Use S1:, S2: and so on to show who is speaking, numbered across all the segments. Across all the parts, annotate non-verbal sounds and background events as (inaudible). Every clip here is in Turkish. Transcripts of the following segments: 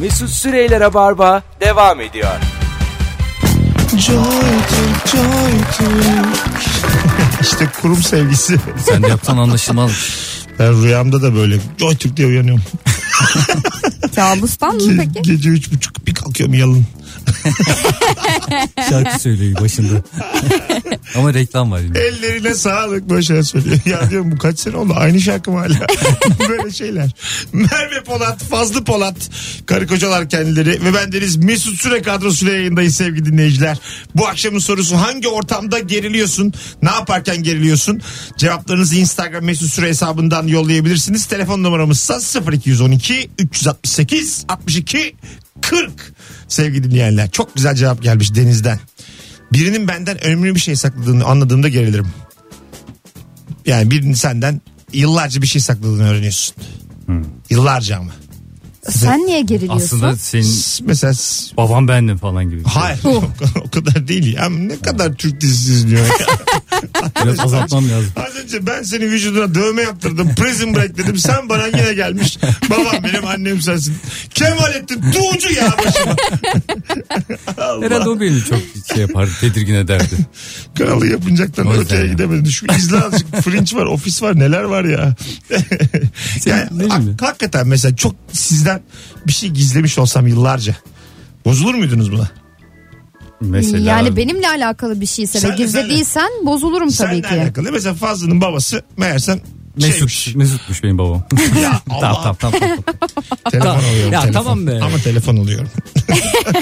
S1: Mesut Süreyler'e barba devam ediyor.
S2: Joy Türk, Joy Türk. işte kurum sevgisi.
S3: Sen de yaptan anlaşılmaz. şey.
S2: Ben rüyamda da böyle Joy Türk diye uyanıyorum.
S4: Kabustan mı
S2: Ge-
S4: peki?
S2: gece üç buçuk bir kalkıyorum yalın.
S3: Şarkı söylüyor başında. (laughs) Ama reklam var yine.
S2: Ellerine sağlık böyle şeyler söylüyor. Ya diyorum bu kaç sene oldu aynı şarkı mı hala? (laughs) böyle şeyler. Merve Polat, Fazlı Polat, karı kocalar kendileri ve bendeniz Mesut Süre kadrosuyla yayındayız sevgili dinleyiciler. Bu akşamın sorusu hangi ortamda geriliyorsun? Ne yaparken geriliyorsun? Cevaplarınızı Instagram Mesut Süre hesabından yollayabilirsiniz. Telefon numaramız 0212 368 62 40 sevgili dinleyenler. Çok güzel cevap gelmiş Deniz'den. Birinin benden önemli bir şey sakladığını anladığımda gerilirim. Yani birinin senden yıllarca bir şey sakladığını öğreniyorsun. Yıllarca ama.
S4: Sen niye geriliyorsun?
S3: Aslında senin
S2: S- Mesela s-
S3: baban bendim falan gibi. bir şey.
S2: hayır (laughs) o kadar değil ya. Ama ne kadar Türk dizisi izliyor ya.
S3: Biraz azaltmam lazım.
S2: Az önce ben senin vücuduna dövme yaptırdım. Prison break dedim. Sen bana yine gelmiş. Babam benim annem sensin. Kemalettin Tuğcu ya başıma. Allah.
S3: Herhalde o beni çok şey yapardı, tedirgin ederdi.
S2: Kanalı yapıncaktan
S3: O yüzden
S2: öteye
S3: yani.
S2: gidemedin. Şu izle
S3: (laughs)
S2: azıcık fringe var, ofis var, neler var ya. yani,
S3: değil
S2: hak-
S3: mi?
S2: hakikaten mesela çok sizden bir şey gizlemiş olsam yıllarca. Bozulur muydunuz buna?
S3: Mesela
S4: yani benimle alakalı bir şeyse
S2: Sen
S4: ve
S2: de,
S4: gizlediysen bozulurum tabii
S2: Seninle
S4: ki.
S2: alakalı. Mesela Fazlı'nın babası meğersem şeymiş.
S3: Mesut, Mesut'muş benim babam. (laughs)
S2: Ya şey- Allah.
S3: tamam, tamam, tamam, tamam.
S2: Telefon
S3: Ya
S2: alıyorum. telefon.
S3: tamam be.
S2: Ama telefon
S3: (laughs)
S2: alıyorum. (laughs)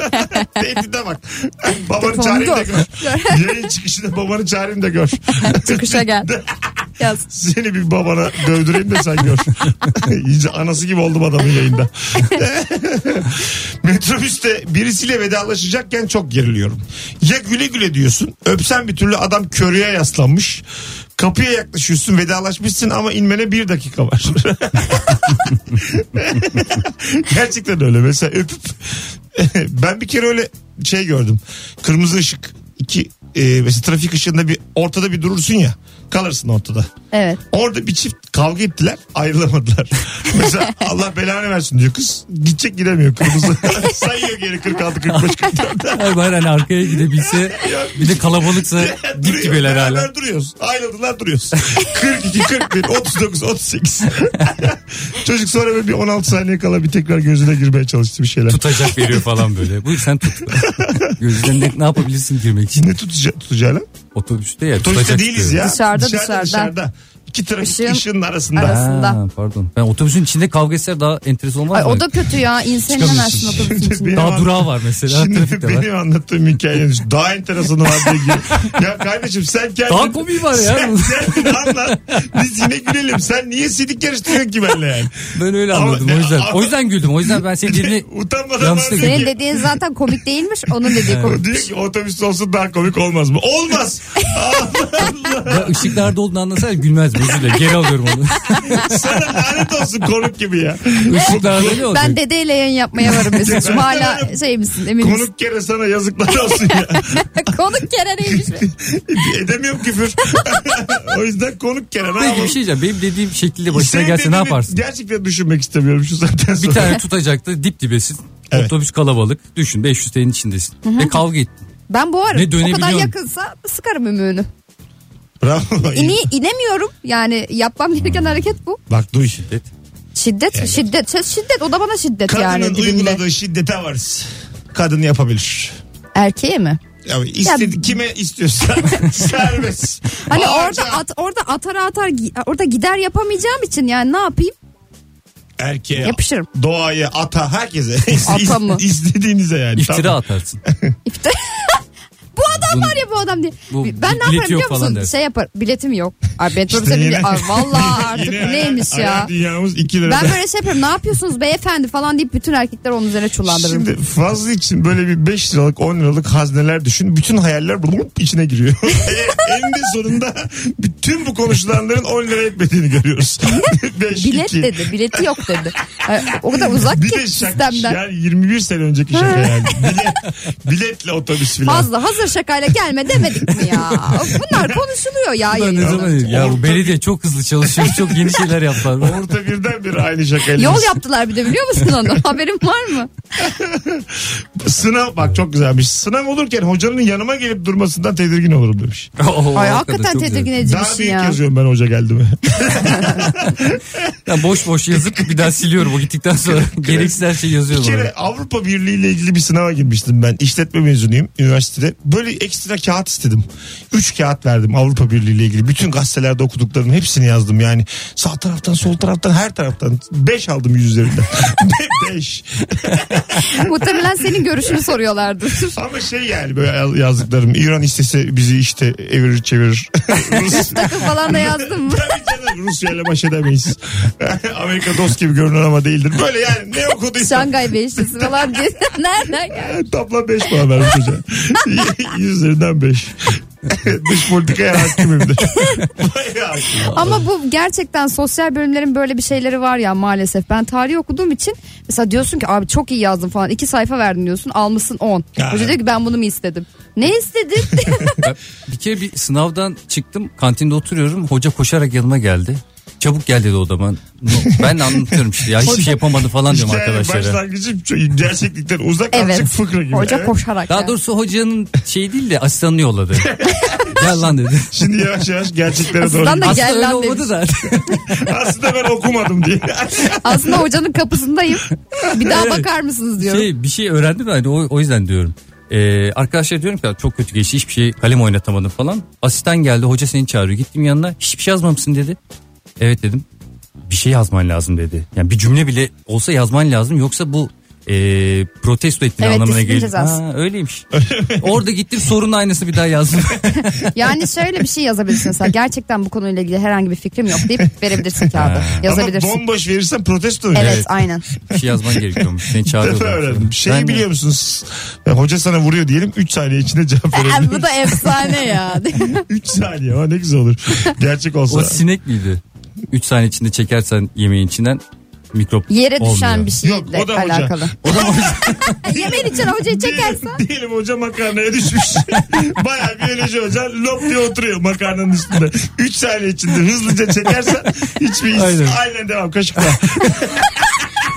S2: Tehdide bak. Babanı
S4: Telefonu
S2: çağırayım da
S4: da-
S2: gör. Yayın çıkışında babanı çağırayım da
S4: (laughs)
S2: gör.
S4: Çıkışa gel.
S2: (laughs)
S4: Yaz.
S2: Seni bir babana dövdüreyim de sen gör. (laughs) İyice anası gibi oldum adamın yayında. (laughs) Metrobüste birisiyle vedalaşacakken çok geriliyorum. Ya güle güle diyorsun. Öpsen bir türlü adam körüye yaslanmış. Kapıya yaklaşıyorsun vedalaşmışsın ama inmene bir dakika var. (laughs) Gerçekten öyle. Mesela öpüp (laughs) ben bir kere öyle şey gördüm. Kırmızı ışık iki e, mesela trafik ışığında bir ortada bir durursun ya kalırsın ortada.
S4: Evet.
S2: Orada bir çift kavga ettiler ayrılamadılar. (laughs) Mesela Allah belanı versin diyor kız. Gidecek gidemiyor kırmızı. (laughs) Sayıyor geri 46 45 44.
S3: (laughs) Ay bari hani arkaya gidebilse bir de kalabalıksa dip
S2: Duruyor,
S3: gibiler hala.
S2: beraber duruyoruz. Ayrıldılar duruyoruz. 42 41 39 38. (laughs) Çocuk sonra böyle bir 16 saniye kala bir tekrar gözüne girmeye çalıştı bir şeyler.
S3: Tutacak veriyor falan böyle. Buyur sen tut. Gözünden ne, ne yapabilirsin girmek için?
S2: Ne tutacağı, tutacağını?
S3: Otobüste ya
S2: Otobüste
S3: tutacak
S2: değiliz
S3: diyor.
S2: ya.
S4: Dışarıda,
S2: dışarıda.
S4: dışarıda.
S2: dışarıda. İki trafik
S4: Işığın
S2: ışığının arasında.
S4: arası-
S3: Ha,
S4: Aslında.
S3: pardon. Ben otobüsün içinde kavga etse daha enteresan olmaz
S4: Ay,
S3: mı?
S4: o da kötü ya. İnselemezsin
S2: Çıkamıyorsun.
S4: otobüsün içinde.
S2: Benim
S3: Daha
S2: anladığım-
S3: durağı var mesela.
S2: Şimdi
S3: trafik de var.
S2: benim anlattığım hikayenin daha enteresanı var diye gir- Ya kardeşim sen kendin...
S3: Daha komik var ya.
S2: Sen kendin anlat. Biz yine gülelim. Sen niye sidik yarıştırıyorsun ki benimle yani?
S3: ben öyle
S2: Ama-
S3: anladım o yüzden.
S2: Ama-
S3: O yüzden güldüm. O yüzden ben senin
S2: (laughs)
S3: dilini
S2: Utanmadan
S3: Yanlışlıkla
S2: bahsediyor.
S4: Senin dediğin zaten komik değilmiş. Onun dediği komik.
S2: O diyor ki otobüs olsun daha komik olmaz mı? Olmaz.
S3: ya ışıklarda olduğunu anlasana gülmez mi? Özür dilerim. Geri alıyorum
S2: (laughs)
S3: onu. (laughs)
S2: Sana lanet olsun konuk gibi ya.
S3: Işıklarda ne olacak?
S4: Ben dedeyle yayın yapmaya varım Mesut'cum. Hala şey misin emin misin?
S2: Konuk kere sana yazıklar olsun ya. (laughs)
S4: (laughs) Konuk kere neymiş?
S2: Edemiyorum küfür. (laughs) o yüzden konuk kere. Ne
S3: Peki
S2: yapalım?
S3: bir şey diyeceğim. Benim dediğim şekilde başına
S2: Senin
S3: gelse ne
S2: dediğini (laughs)
S3: yaparsın?
S2: Gerçekten düşünmek istemiyorum şu saatten sonra.
S3: Bir tane tutacaktı dip dibesin.
S2: Evet.
S3: Otobüs kalabalık. Düşün 500 TL'nin içindesin. Ve kavga ettin.
S4: Ben boğarım.
S3: Ne
S4: o kadar
S3: dönebiliyorsun?
S4: yakınsa sıkarım ümüğünü.
S2: Bravo.
S4: İni, inemiyorum. Yani yapmam gereken hareket bu.
S2: Bak duy.
S4: Şiddet,
S2: Evet.
S4: şiddet, şiddet, şiddet. O da bana şiddet
S2: Kadının
S4: yani dibimde.
S2: uyguladığı şiddete varız. Kadın yapabilir.
S4: Erkeğe mi?
S2: Yani istedi,
S4: Ya-
S2: kime istiyorsa (laughs) serbest.
S4: Hani
S2: Bağıracağım.
S4: orada at, orada atar atar gi- orada gider yapamayacağım için yani ne yapayım?
S2: erkeğe,
S4: Yapışırım.
S2: doğaya, ata, herkese. (laughs)
S4: Ata mı?
S2: İstediğinize yani.
S3: İftira
S2: Tamam.
S3: atarsın.
S4: İftar. (laughs) bu adam var ya bu adam diye.
S3: Bu
S4: ben ne yaparım
S3: bileti yok
S4: biliyor
S3: falan
S4: musun?
S3: dersin.
S4: Şey yaparım. Biletim yok. Ay ben
S2: İşte
S4: otobüse bile-
S2: yine-
S4: Ay
S2: (laughs)
S4: vallahi artık
S2: Yine
S4: bu neymiş
S2: hayal-
S4: ya?
S2: hayal dünyamız 2 lira.
S4: Ben böyle şey yaparım. Ne yapıyorsunuz beyefendi falan deyip bütün erkekler onun üzerine çullandırırım.
S2: Şimdi fazla için böyle bir 5 liralık 10 liralık hazneler düşün. Bütün hayaller bulup içine giriyor. (laughs) E, Eninde sonunda bütün bu konuşulanların 10 lira etmediğini görüyoruz. (laughs) 5,
S4: Bilet dedi. Bileti yok dedi. Ay, o
S2: (laughs)
S4: kadar uzak
S2: Bir
S4: ki
S2: de şaka.
S4: sistemden.
S2: Yani 21 sene önceki şaka yani. Bilet, biletle otobüs filan.
S4: Fazla hazır şakayla gelme demedik mi ya? Bunlar konuşuluyor ya.
S3: Ben ne
S4: yayında.
S3: zaman dedim, ya
S2: Orta-
S3: bu belediye çok hızlı çalışıyor.
S2: (laughs)
S3: Çok yeni şeyler yaptılar. (laughs)
S2: Orta birden bir aynı şakayla.
S4: Yol yaptılar bir de biliyor musun onu? (laughs) Haberin var mı?
S2: Sınav bak çok güzelmiş. Sınav olurken hocanın yanıma gelip durmasından tedirgin olurum demiş.
S3: Oo,
S4: Ay, hakikaten
S3: Oh, çok güzel.
S4: tedirgin edici bir
S2: Daha
S4: şey
S2: büyük
S4: ya.
S2: yazıyorum ben hoca geldi mi?
S3: Ya boş boş yazıp bir daha siliyorum o
S2: (laughs)
S3: gittikten sonra. Gereksiz her şeyi
S2: Bir
S3: yazıyorum.
S2: kere
S3: oraya.
S2: Avrupa Birliği ile ilgili bir sınava girmiştim ben. İşletme mezunuyum üniversitede. Böyle ekstra kağıt istedim. Üç kağıt verdim Avrupa Birliği ile ilgili. Bütün gazetelerde okuduklarımın hepsini yazdım yani. Sağ taraftan sol taraftan her taraftan. Beş aldım yüz üzerinden. (laughs) Be- Beş.
S4: (laughs) Muhtemelen senin
S2: (laughs)
S4: görüşünü soruyorlardır.
S2: Ama şey yani böyle yazdıklarım. İran istese bizi işte evirir çevirir. (laughs)
S4: (laughs)
S2: Rus,
S4: Takım falan da
S2: (laughs)
S4: yazdım mı?
S2: Tabii canım, Rusya ile baş edemeyiz. (laughs) Amerika dost gibi görünür ama değildir. Böyle yani ne okuduysam.
S4: Şangay Beşlisi falan diye. (laughs) Nereden geldi?
S2: Toplam 5 puan vermiş (laughs) hoca. Yüzlerinden 5. (laughs) Dış politikaya hakimimdir.
S4: (laughs)
S2: Bayağı şey. hakimim.
S4: Ama bu gerçekten sosyal bölümlerin böyle bir şeyleri var ya maalesef. Ben tarih okuduğum için mesela diyorsun ki abi çok iyi yazdım falan. iki sayfa verdin diyorsun almışsın 10.
S2: Ya.
S4: Hoca diyor ki ben bunu mu istedim? Ne istedin? (laughs)
S3: Ben bir kere bir sınavdan çıktım. Kantinde oturuyorum. Hoca koşarak yanıma geldi. Çabuk gel dedi o da ben. Ben anlatıyorum işte ya hiçbir şey yapamadı falan diyorum
S2: İşte yani
S3: arkadaşlara.
S2: başlangıcım çok- gerçeklikten uzak
S4: evet.
S2: azıcık fıkra gibi.
S4: Hoca
S2: Evet.
S4: koşarak.
S3: Daha
S4: yani.
S3: doğrusu hocanın şey değil de asistanını yolladı. gel lan dedi.
S2: Şimdi yavaş yavaş gerçeklere doğru.
S4: Aslan da-
S2: gidiyor.
S3: Aslında
S4: Gel
S3: öyle
S4: lan
S3: olmadı da.
S2: Aslında ben okumadım diye.
S4: Aslında
S3: (laughs)
S4: hocanın kapısındayım. Bir daha bakar mısınız diyorum.
S3: şey, bir şey öğrendim de hani o, o yüzden diyorum. Ee, arkadaşlar diyorum ki "Ya çok kötü geçti hiçbir şey kalem oynatamadım falan. Asistan geldi hoca seni çağırıyor gittim yanına hiçbir şey yazmamışsın dedi. Evet dedim bir şey yazman lazım dedi. Yani bir cümle bile olsa yazman lazım yoksa bu e, protesto ettiğin
S4: Evet,
S3: anlamına
S4: disiplin
S3: gelir.
S4: cezası.
S3: Ha, öyleymiş. Orada gittim sorunun aynısı bir daha yazdım. (laughs)
S4: Yani şöyle bir şey yazabilirsin mesela. Gerçekten bu konuyla ilgili herhangi bir fikrim yok deyip verebilirsin kağıdı. (laughs) Yazabilirsin.
S2: Ama bomboş verirsen protesto
S4: Evet,
S2: oynuyor.
S4: aynen.
S3: bir şey yazman gerekiyormuş seni
S2: Ben
S3: çağırıyorlar.
S2: öğrendim. şey Şeyi
S3: Ben de-
S2: biliyor musunuz? Ya, hoca sana vuruyor diyelim 3 saniye içinde cevap
S4: (laughs) Ee, bu
S2: verebilir.
S4: da efsane ya.
S2: 3 saniye ama ne güzel olur. Gerçek
S3: O
S2: olsa.
S3: sinek miydi? 3 saniye içinde çekersen yemeğin içinden mikrop
S4: (laughs) Yere düşen
S3: olmuyor.
S2: Yok,
S4: bir şeyle
S2: o da hoca.
S4: alakalı.
S3: O da
S4: (laughs) Yemen için hocayı çekersen.
S2: Diyelim- Diyelim hoca makarnaya düşmüş. (laughs) Bayağı biyoloji hoca lop diye oturuyor makarnanın üstünde. 3 saniye içinde hızlıca çekersen hiçbir his. Aynen,
S3: Aynen.
S2: devam kaşıkla.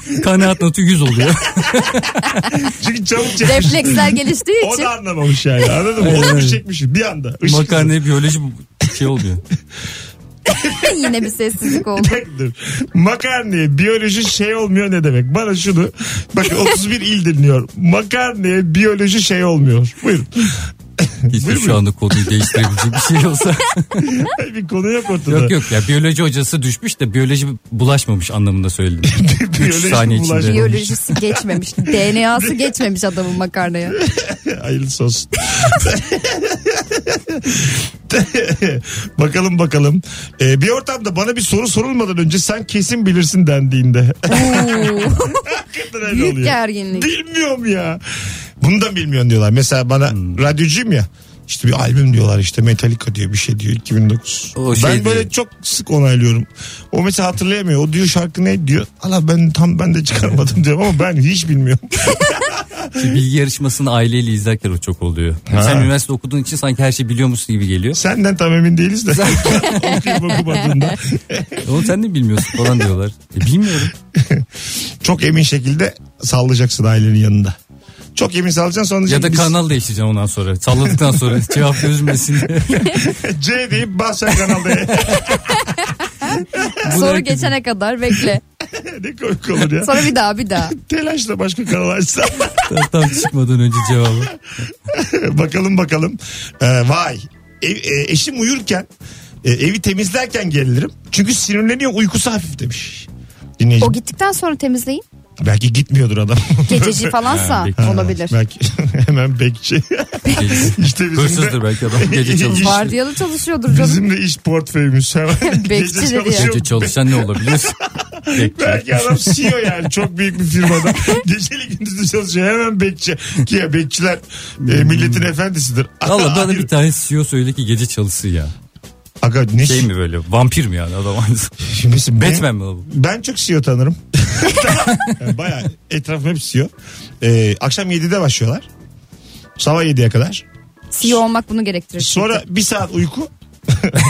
S4: şey.
S3: kanaat notu 100 oluyor.
S2: Çünkü çabuk çekmiş.
S4: Refleksler geliştiği
S2: O
S4: için.
S2: da anlamamış yani anladın mı? Onu çekmiş bir anda. Işık hızı.
S3: Makarnaya biyoloji
S2: (laughs)
S3: şey oluyor.
S4: (laughs) Yine bir sessizlik oldu.
S2: Dur. Makarnaya biyoloji şey olmuyor ne demek? Bana şunu bak 31 il dinliyor. Makarnaya biyoloji şey olmuyor. Buyurun.
S3: Keşke şu anda konuyu değiştirebilecek bir şey
S2: (laughs)
S3: olsa.
S2: bir konu yok ortada.
S3: yok yok ya biyoloji hocası düşmüş de biyoloji bulaşmamış
S2: (laughs)
S3: anlamında söyledim. Üç
S2: Biyoloji
S3: saniye
S2: bulaşmamış.
S3: içinde.
S4: Biyolojisi geçmemiş. DNA'sı geçmemiş adamın makarnaya.
S2: (laughs) Hayırlısı olsun. bakalım bakalım. Ee, bir ortamda bana bir soru sorulmadan önce sen kesin bilirsin dendiğinde. (laughs)
S4: Oo,
S2: Hakikaten öyle
S4: büyük
S2: oluyor.
S4: gerginlik.
S2: Bilmiyorum ya. Bunu da bilmiyorsun diyorlar. Mesela bana
S3: Hmm.
S2: radyocuyum ya. İşte bir albüm diyorlar işte Metallica diyor bir şey diyor 2009.
S3: O şey
S2: ben böyle
S3: diyor.
S2: çok sık onaylıyorum. O mesela hatırlayamıyor. O diyor şarkı ne diyor? Allah ben tam ben de çıkarmadım (laughs) diyorum ama ben hiç bilmiyorum.
S3: Bilgi yarışmasını aileyle izlerken o çok oluyor. Sen üniversite okuduğun için sanki her şeyi biliyormuşsun gibi geliyor.
S2: Senden tam emin değiliz de. (laughs) Okuyup okumadığında.
S3: E Oğlum sen de bilmiyorsun falan diyorlar.
S2: (laughs)
S3: E, bilmiyorum.
S2: çok emin şekilde sallayacaksın ailenin yanında. Çok emin sallayacaksın sonra
S3: Ya da
S2: diyeceksin
S3: kanal değiştireceğim ondan sonra.
S2: (laughs)
S3: Salladıktan sonra cevap gözmesin diye.
S2: biz C deyip basacaksın
S3: (laughs)
S2: kanalda. (laughs)
S3: Bunu
S4: Soru
S3: herkes-
S4: geçene kadar bekle.
S2: ne komik olur ya.
S4: Sonra bir daha bir daha.
S2: Telaşla başka kanal açsan. (laughs)
S3: Tam çıkmadan önce cevabı.
S2: bakalım bakalım. Ee, vay. Ev- e, eşim uyurken e, evi temizlerken gerilirim. Çünkü sinirleniyor uykusu hafif demiş. Dinleyici.
S4: O gittikten sonra temizleyin.
S2: Belki gitmiyordur adam.
S4: Gececi falansa
S3: Ha, bekle.
S4: (laughs) olabilir.
S2: Belki (laughs) hemen bekçi. (laughs) işte bizim de-
S3: Hırsızdır belki adam. Gece çalışıyor.
S4: Vardiyalı çalışıyordur canım.
S2: Bizim de iş portföyümüz hemen.
S4: (laughs) Bekçi dedi ya.
S2: çalışıyor.
S3: Gece çalışan ne
S2: (laughs)
S3: olabilir? Bekçi.
S2: Belki adam CEO yani çok büyük bir
S3: (laughs)
S2: firmada. Geceli gündüzlü çalışıyor hemen bekçi. Ki ya bekçiler e, milletin efendisidir.
S3: Valla bana
S2: Hayır.
S3: bir tane CEO söyle ki gece çalışsın ya.
S2: Aga ne
S3: Şey mi böyle vampir mi yani adam
S2: Şimdi mesela ben-
S3: Batman mi o bu?
S2: Ben çok CEO
S3: (laughs)
S2: tanırım. yani bayağı etrafım hep CEO. E, akşam 7'de başlıyorlar. Sabah 7'ye kadar.
S4: CEO E olmak bunu gerektirir.
S2: Sonra bir saat uyku.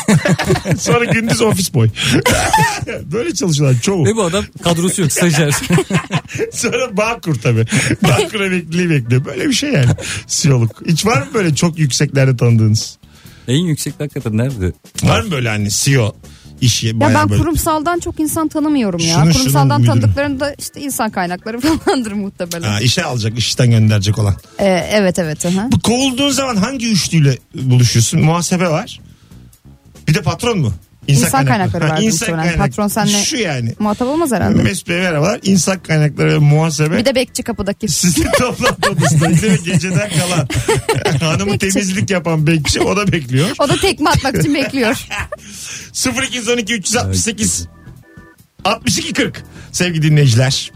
S2: (laughs) Sonra gündüz ofis boy. (laughs) Böyle çalışıyorlar çoğu.
S3: Ve bu adam kadrosu
S2: (laughs)
S3: yok stajyer.
S2: Sonra Bağkur
S4: (laughs)
S2: tabii. Bağkur emekliliği bekliyor. Böyle bir şey yani. Siyoluk. Hiç var mı böyle çok yükseklerde tanıdığınız?
S3: en yüksek hakikaten nerede?
S2: Var mı böyle hani CEO işi?
S4: Ya
S2: bayağı
S4: ben
S2: böyle...
S4: kurumsaldan çok insan tanımıyorum ya.
S2: Şunu, şunu
S4: kurumsaldan
S2: müdürüm.
S4: tanıdıklarım da işte insan kaynakları (laughs) falandır muhtemelen.
S2: Ha, işe alacak, işten gönderecek olan.
S4: Ee, evet evet. aha.
S2: Bu kovulduğun zaman hangi üçlüyle buluşuyorsun? Muhasebe var. Bir de patron mu?
S4: İnsan kaynakları
S2: Ha,
S4: vardır muhtemelen. Patron senle-
S2: Şu yani.
S4: Muhatap olmaz herhalde.
S2: Mesut Bey merhabalar. İnsan kaynakları ve muhasebe.
S4: Bir de bekçi kapıdaki.
S2: Sizin toplantı
S4: (laughs)
S2: odasındaydı ve geceden kalan hanımı
S4: Bekçi.
S2: temizlik yapan bekçi o da bekliyor.
S4: O da tekme atmak
S2: (laughs)
S4: için bekliyor.
S2: 0212 368 62 40 sevgili dinleyiciler.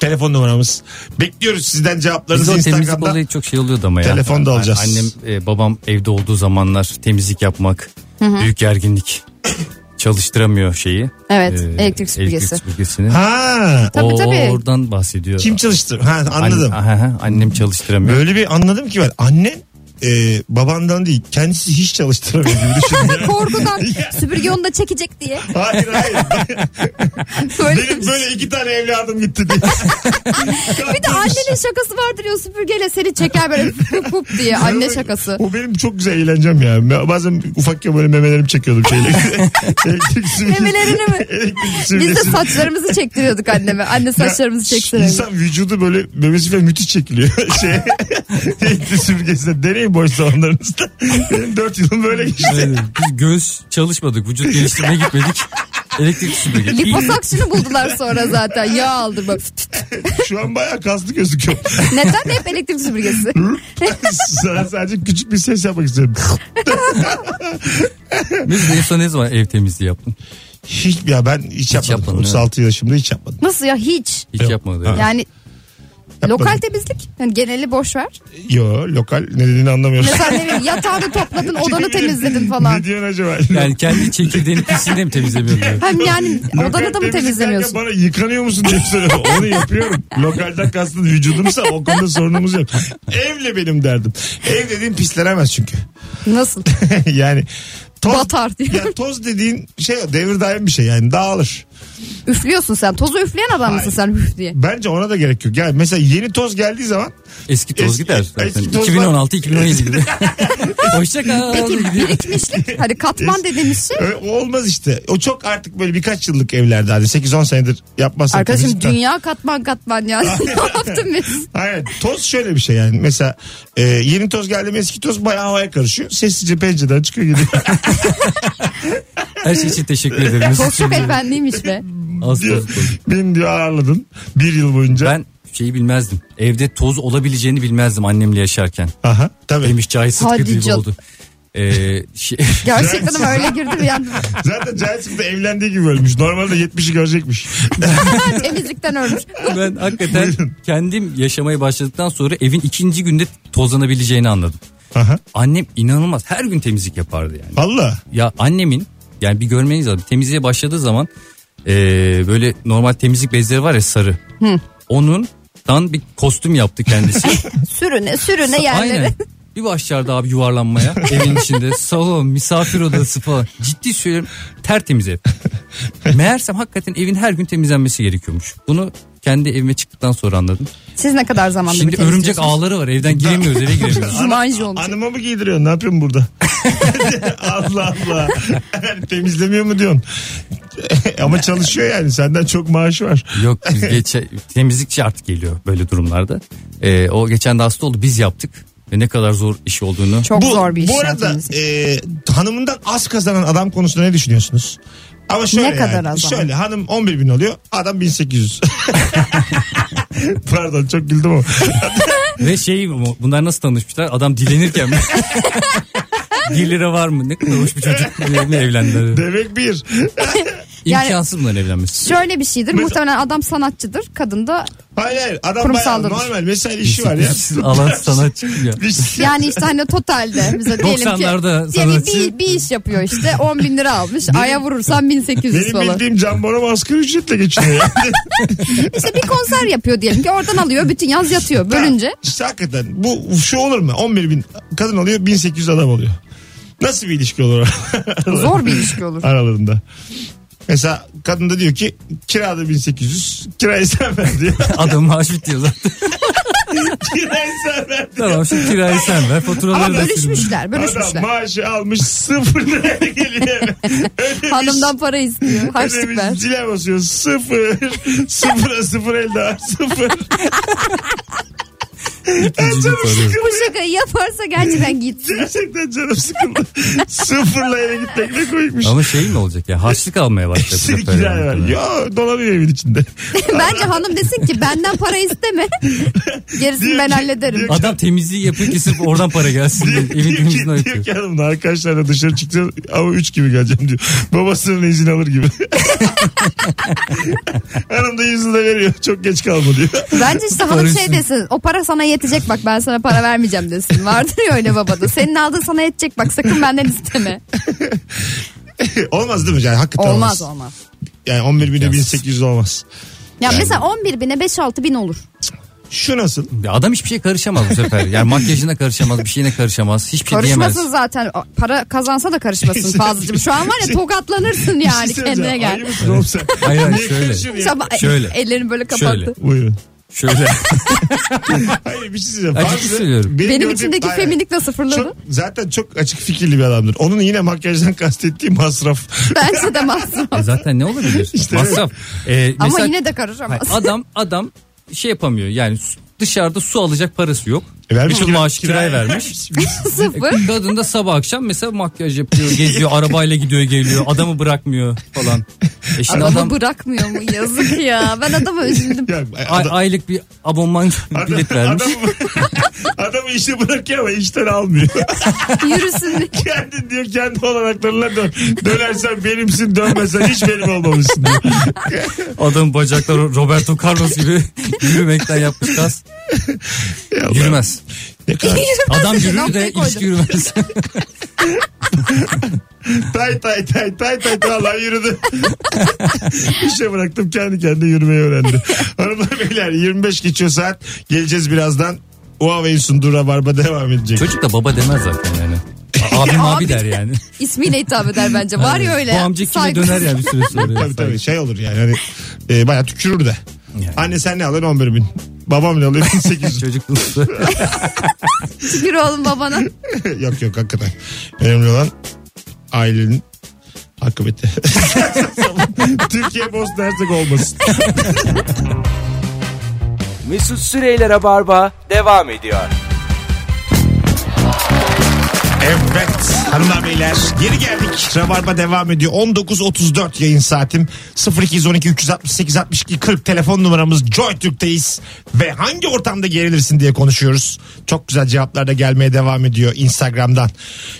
S2: Telefon numaramız. Bekliyoruz sizden
S3: Biz
S2: cevaplarınızı
S3: o temizlik
S2: Instagram'da.
S3: olayı çok şey oluyordu ama ya.
S2: Telefon da
S3: Yani
S2: alacağız.
S3: Annem e, babam evde olduğu zamanlar temizlik yapmak büyük gerginlik. Çalıştıramıyor şeyi.
S4: Evet,
S3: Ee,
S4: elektrik süpürgesi.
S3: süpürgesini.
S2: Ha,
S4: Tabii,
S3: o,
S4: tabii.
S3: o oradan bahsediyor.
S2: kim çalıştı? Ha anladım.
S3: An- aha, aha, annem çalıştıramıyor.
S2: Böyle bir anladım ki ben. Annen e, babandan değil kendisi hiç çalıştıramıyor gibi
S4: (laughs)
S2: düşünüyorum. Yani. (laughs)
S4: Korkudan süpürge onu da çekecek diye.
S2: Hayır hayır.
S4: (laughs) Böyle
S2: Benim böyle iki tane evladım gitti diye.
S4: Bir de annenin şakası vardır ya o süpürgeyle seni
S2: (laughs)
S4: çeker böyle (laughs) pup pup diye (laughs) anne şakası.
S2: O benim çok güzel eğlencem ya. Ben Bazen ufakken böyle memelerimi çekiyordum
S4: (laughs)
S2: şeyle. Elektrik süpürgesi- (laughs)
S4: Memelerini mi?
S2: Elektrik
S4: Biz de
S2: süpürgesi.
S4: saçlarımızı çektiriyorduk anneme. Anne saçlarımızı çeksin.
S2: İnsan vücudu böyle memesi falan müthiş çekiliyor. (laughs) Şey, elektrik süpürgesine deneyin boş zamanlarınızda. Benim 4 yılım böyle geçti.
S3: Böyle Biz göğüs çalışmadık. Vücut geliştirmeye gitmedik. Elektrik süpürge.
S4: Liposakşını buldular sonra zaten. Yağ aldı bak.
S2: Şu an bayağı kaslı gözüküyor. (laughs)
S4: Neden hep elektrik süpürgesi?
S2: Sana sadece küçük bir ses yapmak istiyorum.
S3: Biz en son ne zaman ev temizliği yaptın?
S2: Hiç ya ben hiç, yapmadım.
S3: yapmadın,
S2: 36 yaşımda hiç yapmadım.
S4: Nasıl ya hiç?
S3: Hiç
S2: Yok.
S3: yapmadık.
S2: Ha.
S4: Yani
S2: Yapmadım.
S4: lokal temizlik. Yani geneli boş ver.
S2: Yo lokal ne dediğini anlamıyorum. (laughs)
S4: Mesela ne bileyim yatağını topladın odanı temizledin
S2: Ne
S4: falan.
S2: diyorsun acaba?
S3: (laughs) Yani kendi çekirdeğini pisliğini de mi temizlemiyorsun?
S4: Hem yani odanı da mı
S2: temizlik derken
S4: temizlemiyorsun?
S2: Bana yıkanıyor musun diye
S4: (laughs)
S2: soruyor. Onu yapıyorum. Lokalden kastın vücudumsa o konuda sorunumuz yok. Evle benim derdim. Ev dediğin pislenemez çünkü. (laughs)
S4: Nasıl?
S2: yani toz,
S4: Batar diye.
S2: Ya toz dediğin şey devir daim bir şey yani dağılır.
S4: Üflüyorsun sen. Tozu üfleyen adam mısın sen üf diye?
S2: Bence ona da gerek yok. Yani mesela yeni toz geldiği zaman
S3: Eski toz
S2: Eski-
S3: gider zaten.
S2: eski tozlar- (laughs)
S3: 2016-2017 gibi. Hoşça kal. gidiyor.
S4: Birikmişlik. Hani katman dediğimiz şey.
S2: ö- o olmaz işte. O çok artık böyle birkaç yıllık evlerde hadi 8-10 senedir yapmazsan.
S4: Arkadaşım
S2: temizlikten-
S4: dünya katman katman
S2: (laughs)
S4: ya. ne yaptın biz?
S2: Aynen. Toz şöyle bir şey yani. Mesela e, yeni toz geldi mi eski toz bayağı havaya karışıyor. Sessizce pencereden çıkıyor gidiyor.
S3: Her şey için teşekkür ederim.
S4: Toz çok efendiymiş be.
S3: Az
S2: diyor.
S3: toz koy.
S2: Beni diyor ağırladın. Bir yıl boyunca.
S3: Ben şeyi bilmezdim. Evde toz olabileceğini bilmezdim annemle yaşarken.
S2: Aha. Tabii.
S3: Demiş Cahit Sıtkı
S4: Hadi
S3: gibi
S4: canım.
S3: oldu. Ee,
S4: (laughs)
S3: şey,
S4: Gerçekten ama öyle girdim yani.
S2: Zaten Cahit Sıtkı da evlendiği gibi ölmüş. Normalde 70'i görecekmiş.
S4: Temizlikten ölmüş.
S3: (laughs) ben hakikaten kendim yaşamaya başladıktan sonra evin ikinci günde tozlanabileceğini anladım.
S2: Aha.
S3: Annem inanılmaz her gün temizlik yapardı yani.
S2: Valla.
S3: Ya annemin yani bir görmeniz lazım temizliğe başladığı zaman ee, böyle normal temizlik bezleri var ya sarı. Onun dan bir kostüm yaptı kendisi.
S4: Sürüne sürüne
S3: Aynen.
S4: yerlere.
S3: Bir başlardı abi yuvarlanmaya evin içinde. (laughs) Salon, misafir odası falan. Ciddi söylüyorum tertemiz ev. Meğersem hakikaten evin her gün temizlenmesi gerekiyormuş. Bunu kendi evime çıktıktan sonra anladım.
S4: Siz ne kadar zamanda
S3: Şimdi örümcek ağları var evden giremiyoruz eve giremiyoruz.
S4: Jumanji olmuş.
S2: Anıma mı giydiriyorsun? Ne yapıyorsun burada? Allah Allah. Yani temizlemiyor mu diyorsun? (laughs) Ama çalışıyor yani. Senden çok maaşı var.
S3: Yok
S2: (laughs)
S3: biz geçe, temizlikçi artık geliyor böyle durumlarda. Ee, o geçen de hasta oldu biz yaptık. Ve ne kadar zor iş olduğunu.
S4: Çok zor bir iş.
S2: Bu
S4: ya
S2: arada
S4: temizlik.
S2: e, hanımından az kazanan adam konusunda ne düşünüyorsunuz? Ama şöyle
S4: Ne
S2: yani,
S4: kadar az ama?
S2: Şöyle hanım 11 bin oluyor adam
S4: (laughs)
S2: 1800. Pardon çok güldüm ama.
S3: Ve şey bu- bunlar nasıl tanışmışlar? Adam dilenirken
S2: (laughs)
S3: mi? 1 lira var mı? Ne kadar hoş bir çocuk. Benimle evlendi.
S2: Demek
S4: (laughs)
S2: bir.
S4: Yani-
S3: İmkansız bunların evlenmesi.
S4: Şöyle bir şeydir.
S2: e, Mesela-
S4: Muhtemelen adam sanatçıdır. Kadın da
S2: Hayır hayır adam bayağı
S4: Kurumsaldır.
S2: normal mesai işi şey var ya.
S3: Siz şey alan
S2: (laughs)
S3: sanatçı ya.
S2: Bir şey-
S4: yani işte hani totalde bize diyelim ki
S3: 90'larda
S4: diyelim
S3: sanatçı.
S4: bir, bir iş yapıyor işte 10 bin lira almış aya vurursan 1800
S2: Benim
S4: falan.
S2: bildiğim Can Bonomo asgari ücretle geçiyor ya.
S4: İşte bir konser yapıyor diyelim ki oradan alıyor bütün yaz yatıyor (laughs) bölünce.
S2: İşte hakikaten bu şu olur mu? 11 bin kadın oluyor 1800 adam oluyor. Nasıl bir ilişki olur? (laughs)
S4: Zor bir ilişki olur.
S2: aralarında. Mesela kadın da diyor ki kirada 1800 kirayı sen ver diyor. (laughs)
S3: Adam maaş bitiyor zaten.
S2: kirayı sen ver diyor.
S3: tamam şu kirayı sen ver faturaları
S4: Ama
S3: da senin ver.
S4: bölüşmüşler,
S2: Adam
S4: bölüşmüşler.
S2: maaşı almış sıfır liraya geliyor
S4: (laughs)
S2: eve. Ödemiş,
S4: Hanımdan
S2: (laughs)
S4: para istiyor. Harçlık
S2: ödemiş,
S4: ver.
S2: Zile basıyor sıfır. (laughs) Sıfıra sıfır elde var sıfır.
S3: İkinci gün soruyorum.
S4: Bu şakayı yaparsa
S2: (laughs)
S4: gerçekten gitsin.
S2: Gerçekten canım sıkıldı. Sıfırla eve gitmek ne koymuş.
S3: Ama şey mi olacak ya harçlık almaya başladı.
S2: Hepsini kiraya ver. Ya dolanıyor evin içinde.
S4: Bence hanım desin ki benden para
S2: (laughs)
S4: isteme. Gerisini
S2: Diyor
S4: ben
S2: ki-
S4: hallederim.
S2: diyor
S3: Adam temizliği yapıyor ki sırf oradan para gelsin diye.
S2: diyor,
S3: (laughs) Evin
S2: diyor,
S3: temizliğini
S2: ki, diyor
S3: yapıyor.
S2: ki hanım da arkadaşlarla dışarı çıktı ama 3 gibi geleceğim diyor. Babasının izin alır gibi. (laughs) hanım da yüzünü de veriyor. Çok geç kalma diyor. (laughs)
S4: Bence işte hanım
S3: Parası-
S4: şey desin. O para sana yetecek bak ben sana para vermeyeceğim desin. Vardır ya öyle babada. Senin aldığın sana yetecek bak sakın benden isteme.
S2: olmaz değil mi? Yani hakikaten olmaz.
S4: Olmaz olmaz.
S2: Yani 11 bine
S3: İmkansız.
S2: 1800 olmaz.
S4: Ya mesela 11 bine 5-6 bin olur.
S2: Şu nasıl?
S3: Ya Adam hiçbir şeye karışamaz bu sefer. Yani makyajına karışamaz, bir şeyine karışamaz. Hiçbir şey diyemez.
S4: Karışmasın zaten. A- Para kazansa da karışmasın fazlacığım. Şu an var ya tokatlanırsın
S2: Bir şey
S4: yani
S2: söyleyeceğim.
S4: kendine
S2: Ayı
S4: gel.
S2: mısın oğlum sen?
S3: Hayır hayır
S2: Niye
S3: şöyle.
S2: karışıyorsun ya?
S4: Sabah
S3: Şöyle.
S4: ellerini böyle kapattı.
S3: Şöyle.
S4: (laughs)
S2: Buyurun.
S3: Şöyle.
S2: Hayır bir şey söyleyeceğim.
S3: Açık
S2: Bazı-
S3: söylüyorum.
S4: Benim,
S2: gördüğüm-
S4: içimdeki
S2: Hayır,
S4: feminlik de sıfırladı. (laughs)
S2: çok, zaten çok açık fikirli bir adamdır. Onun yine makyajdan kastettiği masraf.
S4: Bence de masum.
S3: (laughs) E zaten ne olabilir?
S2: İşte
S3: Masraf. Ee,
S4: Ama
S3: mesela-
S4: yine de
S3: Hayır,
S4: (laughs) karışamaz.
S3: adam adam şey yapamıyor yani su- dışarıda su alacak parası yok.
S2: E, vermiş
S3: Bütün
S2: kira-
S3: maaşı kiraya
S2: kiraya
S3: vermiş.
S4: Sıfır.
S3: E, Kadın da sabah akşam mesela makyaj yapıyor, geziyor, arabayla gidiyor, geliyor. Adamı bırakmıyor falan. E şimdi
S4: Adamı
S3: adam
S4: bırakmıyor mu? Yazık ya. Ben adama üzüldüm.
S2: (laughs) (laughs) Ya,
S3: ay-
S2: adam-
S3: aylık bir abonman
S2: Adam,
S3: (laughs) bilet vermiş.
S2: adamı- (laughs) adamı işi bırakıyor ama işten almıyor. (laughs)
S4: Yürüsün diye.
S2: kendi diyor kendi olanaklarına dön. Dönersen benimsin dönmesen hiç benim olmamışsın diyor.
S3: Adam bacakları Roberto Carlos gibi (laughs) yürümekten yapmış kas.
S2: Ya Allah,
S3: Yürümez.
S2: Ne kadar
S3: Adam
S4: Yürümez.
S3: yürür de
S4: Noktayı koydum.
S3: ilişki yürümez.
S2: tay tay tay tay tay tay Allah yürüdü. (laughs) İşe bıraktım kendi kendine yürümeyi öğrendi. Hanımlar beyler 25 geçiyor saat. Geleceğiz birazdan. Huawei'in sunduğu rabarba devam edecek.
S3: (laughs) Çocuk da baba demez zaten yani. A- (laughs) Abim abi
S4: Abi
S3: der yani.
S4: İsmiyle hitap eder bence. (laughs) Var ya öyle.
S3: Bu amca kime
S4: Saygısız.
S3: döner ya bir süre
S4: (laughs)
S3: sonra.
S2: Tabii tabii şey olur yani. Hani, e, bayağı tükürür de.
S3: Yani.
S2: Anne sen ne alıyorsun 11 bin? Babam ne alıyor
S3: (laughs)
S2: 1800?
S3: Çocuk dostu.
S4: Tükür
S3: (laughs)
S4: oğlum babana.
S2: (laughs) yok yok hakikaten. Önemli olan ailenin akıbeti. Türkiye boz dersek olmasın.
S1: Mesut Süreyler'e barba devam ediyor.
S2: Evet hanımlar beyler geri geldik. Rabarba devam ediyor. 19.34 yayın saatim. 0212 368 62 40 telefon numaramız Joy Türk'teyiz. Ve hangi ortamda gerilirsin diye konuşuyoruz. Çok güzel cevaplar da gelmeye devam ediyor Instagram'dan.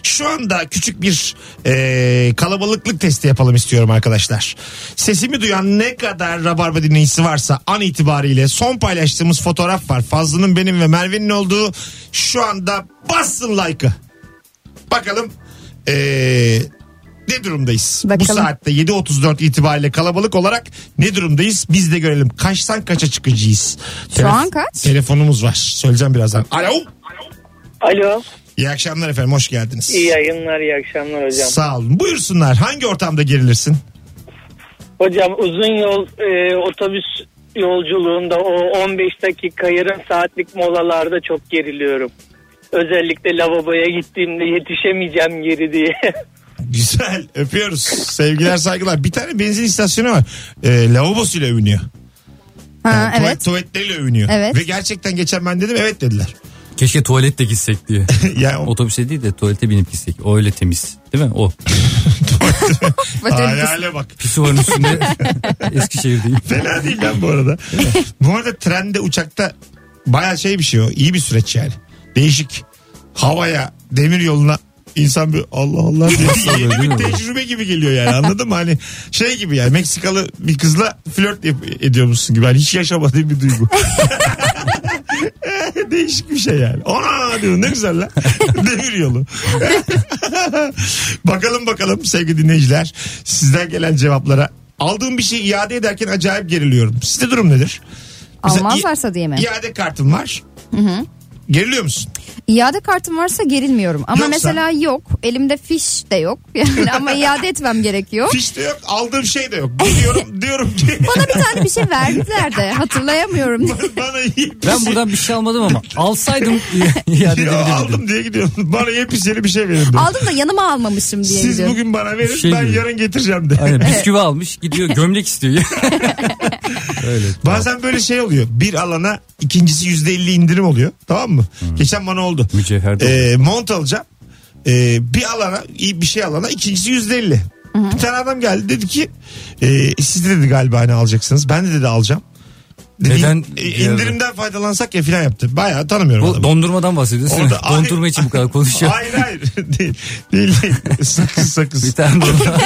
S2: Şu anda küçük bir e, kalabalıklık testi yapalım istiyorum arkadaşlar. Sesimi duyan ne kadar Rabarba dinleyicisi varsa an itibariyle son paylaştığımız fotoğraf var. Fazlı'nın benim ve Merve'nin olduğu şu anda bassın like'ı. Bakalım eee, ne durumdayız? Bu
S4: Bakalım.
S2: saatte 7.34 itibariyle kalabalık olarak ne durumdayız? Biz de görelim. Kaçtan kaça çıkacağız? Şu
S4: an kaç?
S2: Telefonumuz var. Söyleyeceğim birazdan. Alo.
S5: Alo.
S2: İyi akşamlar efendim. Hoş geldiniz.
S5: İyi yayınlar, iyi akşamlar hocam.
S2: Sağ olun. Buyursunlar. Hangi ortamda gerilirsin? (laughs)
S5: Hocam uzun yol e, otobüs yolculuğunda o 15 dakika yarım saatlik molalarda çok geriliyorum. Özellikle lavaboya gittiğimde yetişemeyeceğim geri diye. (laughs)
S2: Güzel. Öpüyoruz. Sevgiler saygılar. Bir tane benzin istasyonu var. Eee lavabosuyla övünüyor.
S4: Ha,
S2: Yani
S4: evet.
S2: tuvalet, tuvaletleriyle övünüyor.
S4: Evet.
S2: Ve gerçekten geçen ben dedim evet dediler. (laughs)
S3: Keşke tuvalette gitsek (laughs) diye.
S2: yani o-
S3: Otobüse değil de tuvalete binip gitsek. O öyle temiz. Değil mi? O.
S2: hayale bak.
S3: Pisuvarın üstünde (laughs) Eskişehir'deyim.
S2: Fena değil lan bu arada. bu arada trende uçakta baya şey bir şey o. İyi bir süreç yani. Değişik. Havaya, demir yoluna insan bir Allah Allah
S3: (laughs)
S2: diyor.
S3: böyle değil
S2: Yeni bir
S3: mi?
S2: tecrübe gibi geliyor yani anladın mı? Hani şey gibi yani Meksikalı bir kızla flört yap- ediyormuşsun gibi. Hani hiç yaşamadığın bir duygu. (laughs) Değişik bir şey yani. Ona diyor ne güzel lan. (laughs) Demir yolu. (laughs) bakalım bakalım sevgili dinleyiciler. Sizden gelen cevaplara. Aldığım bir şeyi iade ederken acayip geriliyorum. Sizde durum nedir? Mesela i-
S4: Almazlarsa diye mi?
S2: İade kartım var. Geriliyor musun?
S4: İade kartım varsa gerilmiyorum. Ama
S2: Yoksa?
S4: mesela yok. Elimde fiş de yok. (laughs) Yani ama iade etmem gerekiyor.
S2: Fiş de yok aldığım şey de yok.
S4: (laughs)
S2: Gidiyorum diyorum ki (laughs)
S4: Bana bir tane bir şey verdiler de hatırlayamıyorum.
S2: bana iyi bir
S3: Ben
S2: şey-
S3: buradan bir şey almadım ama (laughs) alsaydım iade
S2: Ya
S3: edebilirdim.
S2: aldım diye gidiyorum. Bana yepyeni yeni bir şey verin de.
S4: Aldım da yanıma almamışım diye
S2: Siz
S4: gidiyorum.
S2: bugün bana verin
S3: Şey
S2: ben
S3: gibi.
S2: yarın getireceğim de.
S3: Aynen bisküvi almış gidiyor gömlek istiyor. (laughs) Öyle.
S2: Bazen böyle şey oluyor. Bir alana ikincisi yüzde elli indirim oluyor. Tamam mı?
S3: Hmm.
S2: Geçen bana oldu.
S3: Mücevher de
S2: Ee, mont alacağım. Ee, bir alana iyi bir şey alana ikincisi yüzde elli. Bir tane adam geldi dedi ki e, siz de dedi galiba hani alacaksınız. Ben de dedi alacağım. Dedi,
S3: Neden?
S2: "İn- e, indirimden faydalansak ya filan yaptı. Bayağı tanımıyorum
S3: Bu
S2: adamı.
S3: dondurmadan bahsediyorsun. (laughs)
S2: Orada-
S3: Dondurma için bu kadar konuşuyor.
S2: Hayır hayır (laughs) değil değil, değil. sakız
S3: bir
S2: sakız.
S3: tane dondurma.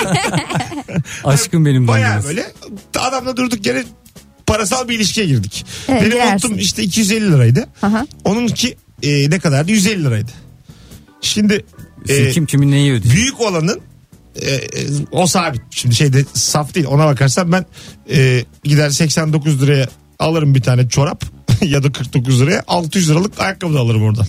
S3: (laughs) Aşkım benim
S2: Baya
S3: dondurması.
S2: böyle adamla durduk yere parasal bir ilişkiye girdik.
S4: Evet,
S2: Benim
S4: girersin.
S2: unuttum işte 250 liraydı.
S4: Aha.
S2: Onunki e, ne kadardı? 150 liraydı. Şimdi
S3: Şimdi
S2: e,
S3: kim kimin neyi ödüyor?
S2: büyük olanın e, e, o sabit. Şimdi şeyde saf değil ona bakarsan ben e, gider 89 liraya alırım bir tane çorap (laughs) ya da 49 liraya 600 liralık ayakkabı da alırım oradan.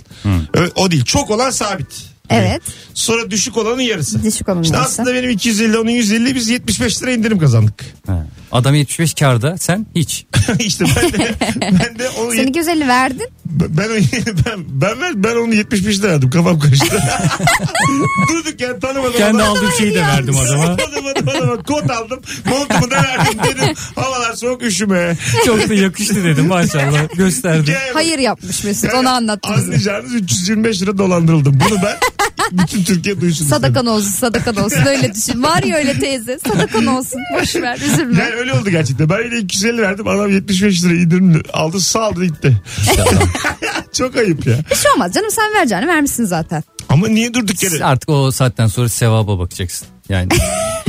S2: Ö- O değil çok olan sabit.
S4: Evet.
S2: Sonra düşük olanın yarısı.
S4: Düşük olanın
S2: İşte
S4: yarısı.
S2: aslında benim 250 onun 150 biz 75 lira indirim kazandık. (laughs)
S3: Ha. Adam 75 karda sen hiç.
S2: işte ben de ben de onu
S4: Seni güzeli verdin.
S2: ben o- ben ben ver- ben onu 75 lira verdim kafam karıştı. Durduk ya tanımadım.
S3: Kendi
S2: adamı.
S3: aldığım şeyi de verdim
S2: (laughs)
S3: adama.
S2: Tanımadım adama kot aldım montumu da verdim dedim havalar soğuk üşüme.
S3: (laughs) Çok da yakıştı dedim maşallah. Gösterdim.
S2: Gel.
S4: Hayır yapmış Mesut
S2: Yani
S4: onu anlattı bize.
S2: Anlayacağınız 325 lira dolandırıldım. Bunu ben bütün Türkiye duysun. istedim.
S4: Sadakan olsun sadakan olsun öyle düşün. Var ya öyle teyze sadakan olsun. Boş ver üzülme.
S2: Yani öyle oldu gerçekten. Ben yine 250 verdim. Adam 75 lira indirim aldı. Saldı gitti. (laughs) Çok ayıp ya.
S4: Bir şey olmaz canım sen vereceğini vermişsin zaten.
S2: Ama niye durduk
S3: Siz
S2: yere?
S3: artık o saatten sonra sevaba bakacaksın. Yani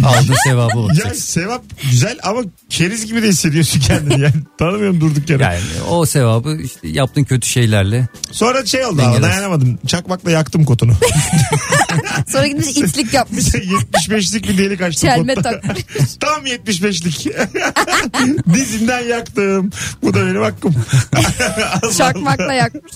S3: aldığın (laughs) sevaba
S2: Ya
S3: bakacaksın.
S2: sevap güzel ama keriz gibi de hissediyorsun kendini
S4: (laughs)
S2: yani. Tanımıyorum durduk yere.
S3: Yani o sevabı işte yaptığın kötü şeylerle.
S2: Sonra şey oldu
S3: Dengelesin.
S2: ama dayanamadım. Çakmakla yaktım
S4: (laughs)
S2: kotunu.
S4: Sonra gitmiş itlik yapmış.
S2: 75'lik bir delik açtım.
S4: Çelme
S2: kotta.
S4: takmış.
S2: (laughs) Tam (laughs) 75'lik. Dizimden yaktım. Bu da benim hakkım. (laughs) Allah
S3: (laughs)
S4: Çakmakla
S2: Allah.
S4: yakmış.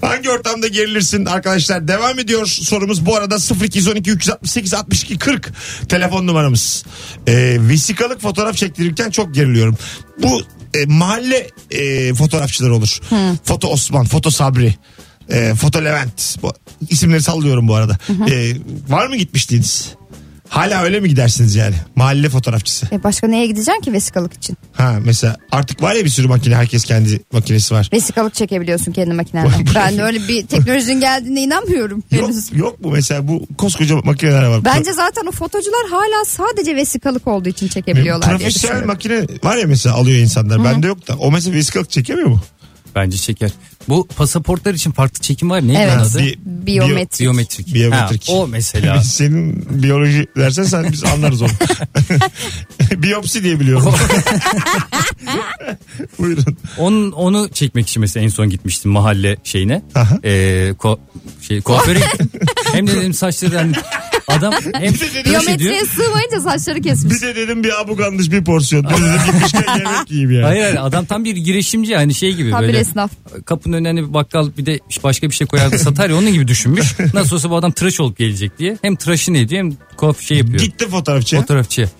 S2: Hangi ortamda gerilirsin arkadaşlar? Devam ediyor sorumuz. Bu arada 0212 368 62 40 telefon numaramız. Ee, vesikalık fotoğraf çektirirken çok geriliyorum. Bu e, mahalle e, fotoğrafçıları olur. Foto Osman, Foto Sabri. e, foto Levent bu, isimleri sallıyorum bu arada E, var mı gitmiştiniz hala öyle mi gidersiniz yani mahalle fotoğrafçısı
S4: E başka neye gideceksin ki vesikalık için?
S2: ha mesela artık var ya bir sürü makine herkes kendi makinesi var
S4: Vesikalık çekebiliyorsun kendi makinenden. ben öyle bir teknolojinin geldiğine inanmıyorum
S2: yok,
S4: henüz.
S2: yok mu mesela bu koskoca makineler var
S4: Bence zaten o fotocular hala sadece vesikalık olduğu için
S3: E,
S4: çekebiliyorlar diye
S2: Profesyonel
S4: düşünüyorum.
S2: makine var ya mesela alıyor insanlar. Bende yok da. O mesela vesikalık çekemiyor mu?
S3: Bence şeker. Bu pasaportlar için farklı çekim var. Neydi
S4: Evet.
S3: onun adı?
S2: Bi-
S4: Biyometrik.
S3: Biyometrik.
S2: Biyometrik.
S3: Ha, o mesela.
S2: (laughs) Senin biyoloji dersen sen biz anlarız onu.
S4: (laughs)
S2: Biyopsi diye biliyorum. (laughs) Buyurun.
S3: Onun, onu çekmek için mesela en son gitmiştim mahalle şeyine.
S2: Aha.
S3: Ee, ko- şey, kuaföre
S2: (laughs)
S3: gittim. hem de dedim saçları hani adam hem
S2: de dedim-
S3: tıraş ediyor.
S4: Biyometriye sığmayınca saçları kesmiş.
S2: Bir de dedim bir abugandış bir porsiyon. Bir dedim gitmişken yemek yiyeyim yani.
S3: Hayır hayır adam tam bir girişimci yani şey gibi
S4: Tam bir
S3: böyle.
S4: esnaf.
S3: Kapının önüne hani bir bakkal bir de başka bir şey koyardı satar ya onun gibi düşünmüş. Nasıl olsa bu adam tıraş olup gelecek diye. Hem tıraşını ediyor hem kuaf şey yapıyor.
S2: Gitti fotoğrafçı.
S3: Fotoğrafçı.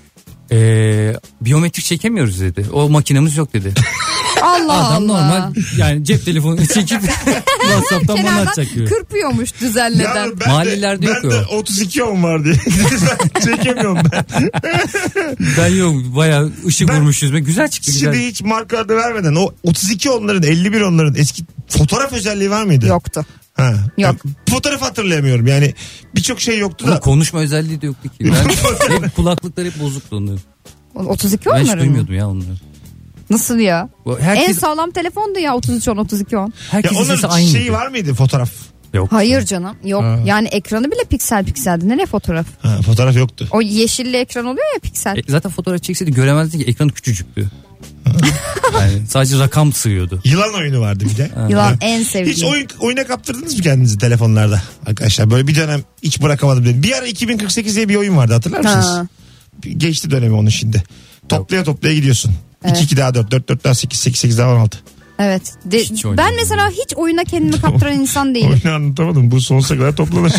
S3: Ee, biyometrik çekemiyoruz dedi. O makinemiz yok dedi.
S4: Allah
S3: Adam
S4: Allah.
S3: normal yani cep telefonu çekip (laughs) WhatsApp'tan bana
S4: Kenardan
S3: atacak diyor.
S4: kırpıyormuş
S2: Ya
S4: düzenleden.
S2: ben
S3: Mahallelerde
S2: de,
S3: yok
S2: ben de
S3: o.
S2: 32 on var diye. (laughs) Çekemiyorum ben.
S3: Ben yok bayağı ışık
S2: Ben-
S3: vurmuş yüzüme. Güzel çıktı güzel.
S2: Şimdi hiç marka adı vermeden o 32 onların 51 onların eski fotoğraf özelliği var mıydı?
S4: Yoktu.
S2: Ha.
S4: Yok.
S2: Yani fotoğraf hatırlayamıyorum yani birçok şey yoktu
S3: Ama
S2: da.
S3: konuşma özelliği de yoktu ki.
S2: (laughs)
S3: Ben, hep kulaklıklar hep bozuktu onların.
S4: O- 32
S3: Ben hiç
S4: onların mı?
S3: duymuyordum ya onları.
S4: Nasıl ya?
S3: Bu-
S4: En
S3: Herkes,
S4: sağlam telefondu ya 33 10 32 10.
S2: Ya
S3: herkesin sesi
S2: onların
S3: aynı.
S2: şeyi var mıydı fotoğraf?
S3: Yok.
S4: Hayır canım yok.
S2: Ha.
S4: Yani ekranı bile piksel pikseldi. Nereye fotoğraf?
S2: Ha, fotoğraf yoktu.
S4: O yeşilli ekran oluyor ya piksel.
S3: E, zaten fotoğraf çekseydi göremezdin ki ekranı küçücüktü.
S2: (laughs)
S3: yani sadece rakam sığıyordu.
S2: Yılan oyunu vardı bir de.
S4: (laughs) Yılan en
S2: Hiç
S4: sevdiğim.
S2: oyun, oyuna kaptırdınız mı kendinizi telefonlarda arkadaşlar? Böyle bir dönem hiç bırakamadım dedim. Bir ara 2048 diye bir oyun vardı hatırlar mısınız?
S4: Ha.
S2: Bir- Geçti dönemi onun şimdi. Toplaya toplaya gidiyorsun. 2 2 daha 4, 4 4 daha 8, 8 8 daha 16.
S4: Evet. De-
S3: Hiç oynamam.
S4: ben mesela hiç oyuna kendimi kaptıran
S3: (laughs)
S4: insan değilim.
S2: Oyunu anlatamadım. Bu sonsuza kadar
S4: (laughs)
S2: toplanır.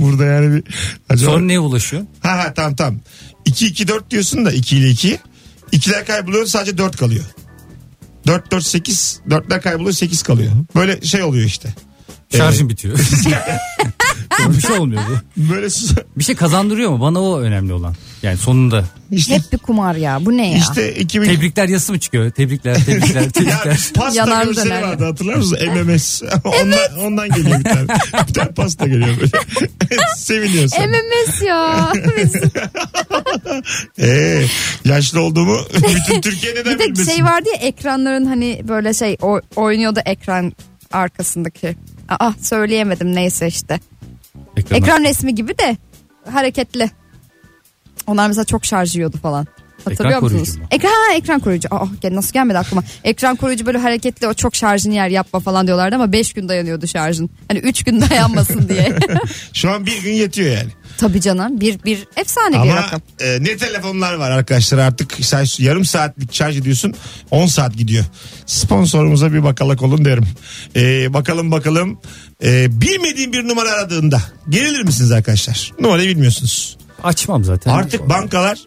S2: Burada yani bir... Acaba...
S3: Sonra neye ulaşıyor?
S2: Ha ha tamam tamam. 2-2-4 diyorsun da 2 ile 2. 2'ler kayboluyor sadece 4 kalıyor. 4-4-8. 4'ler kayboluyor 8 kalıyor. Böyle şey oluyor işte. (laughs)
S3: Şarjım bitiyor. bir şey olmuyor bu.
S2: Böyle sus-
S3: Bir şey kazandırıyor mu? Bana o önemli olan. Yani sonunda.
S2: işte
S4: Hep bir kumar ya. Bu ne
S2: (laughs)
S4: ya?
S2: işte 2000
S3: Tebrikler yazısı mı çıkıyor? Tebrikler,
S2: (laughs)
S3: tebrikler,
S2: Ya
S3: tebrikler.
S2: pasta
S4: Yanar
S2: görseli
S4: döner.
S2: vardı hatırlar mısınız? MMS. (laughs) ondan, ondan geliyor bir tane. Bir tane pasta geliyor böyle.
S4: (laughs)
S2: Seviniyorsun.
S4: MMS
S3: (laughs)
S4: ya. Mesut.
S2: Ee, yaşlı
S4: (laughs)
S2: olduğumu bütün Türkiye neden
S4: bir de
S2: bilmesin?
S4: şey vardı ya ekranların hani böyle şey o, oynuyordu ekran arkasındaki. Aa söyleyemedim neyse işte.
S3: Ekrana.
S4: Ekran resmi gibi de hareketli. Onlar mesela çok şarj yiyordu falan. Hatırlıyor
S3: Ekran koruyucu
S4: musunuz?
S3: mu?
S4: Ekran, ha, ekran koruyucu. Aa, gel- nasıl gelmedi aklıma. Ekran koruyucu böyle hareketli o çok şarjını yer yapma falan diyorlardı ama 5 gün dayanıyordu şarjın. Hani 3 gün
S3: (laughs)
S4: dayanmasın diye. (laughs)
S2: Şu an bir gün yetiyor yani.
S4: Tabii canım bir, bir efsane bir
S2: Ama
S4: rakam.
S2: e, ne telefonlar var arkadaşlar artık sen şu yarım saatlik şarj ediyorsun 10 saat gidiyor. Sponsorumuza bir bakalak olun derim. E, bakalım bakalım e, bilmediğim bir numara aradığında gerilir misiniz arkadaşlar? Numarayı bilmiyorsunuz.
S3: Açmam zaten.
S2: Artık bankalar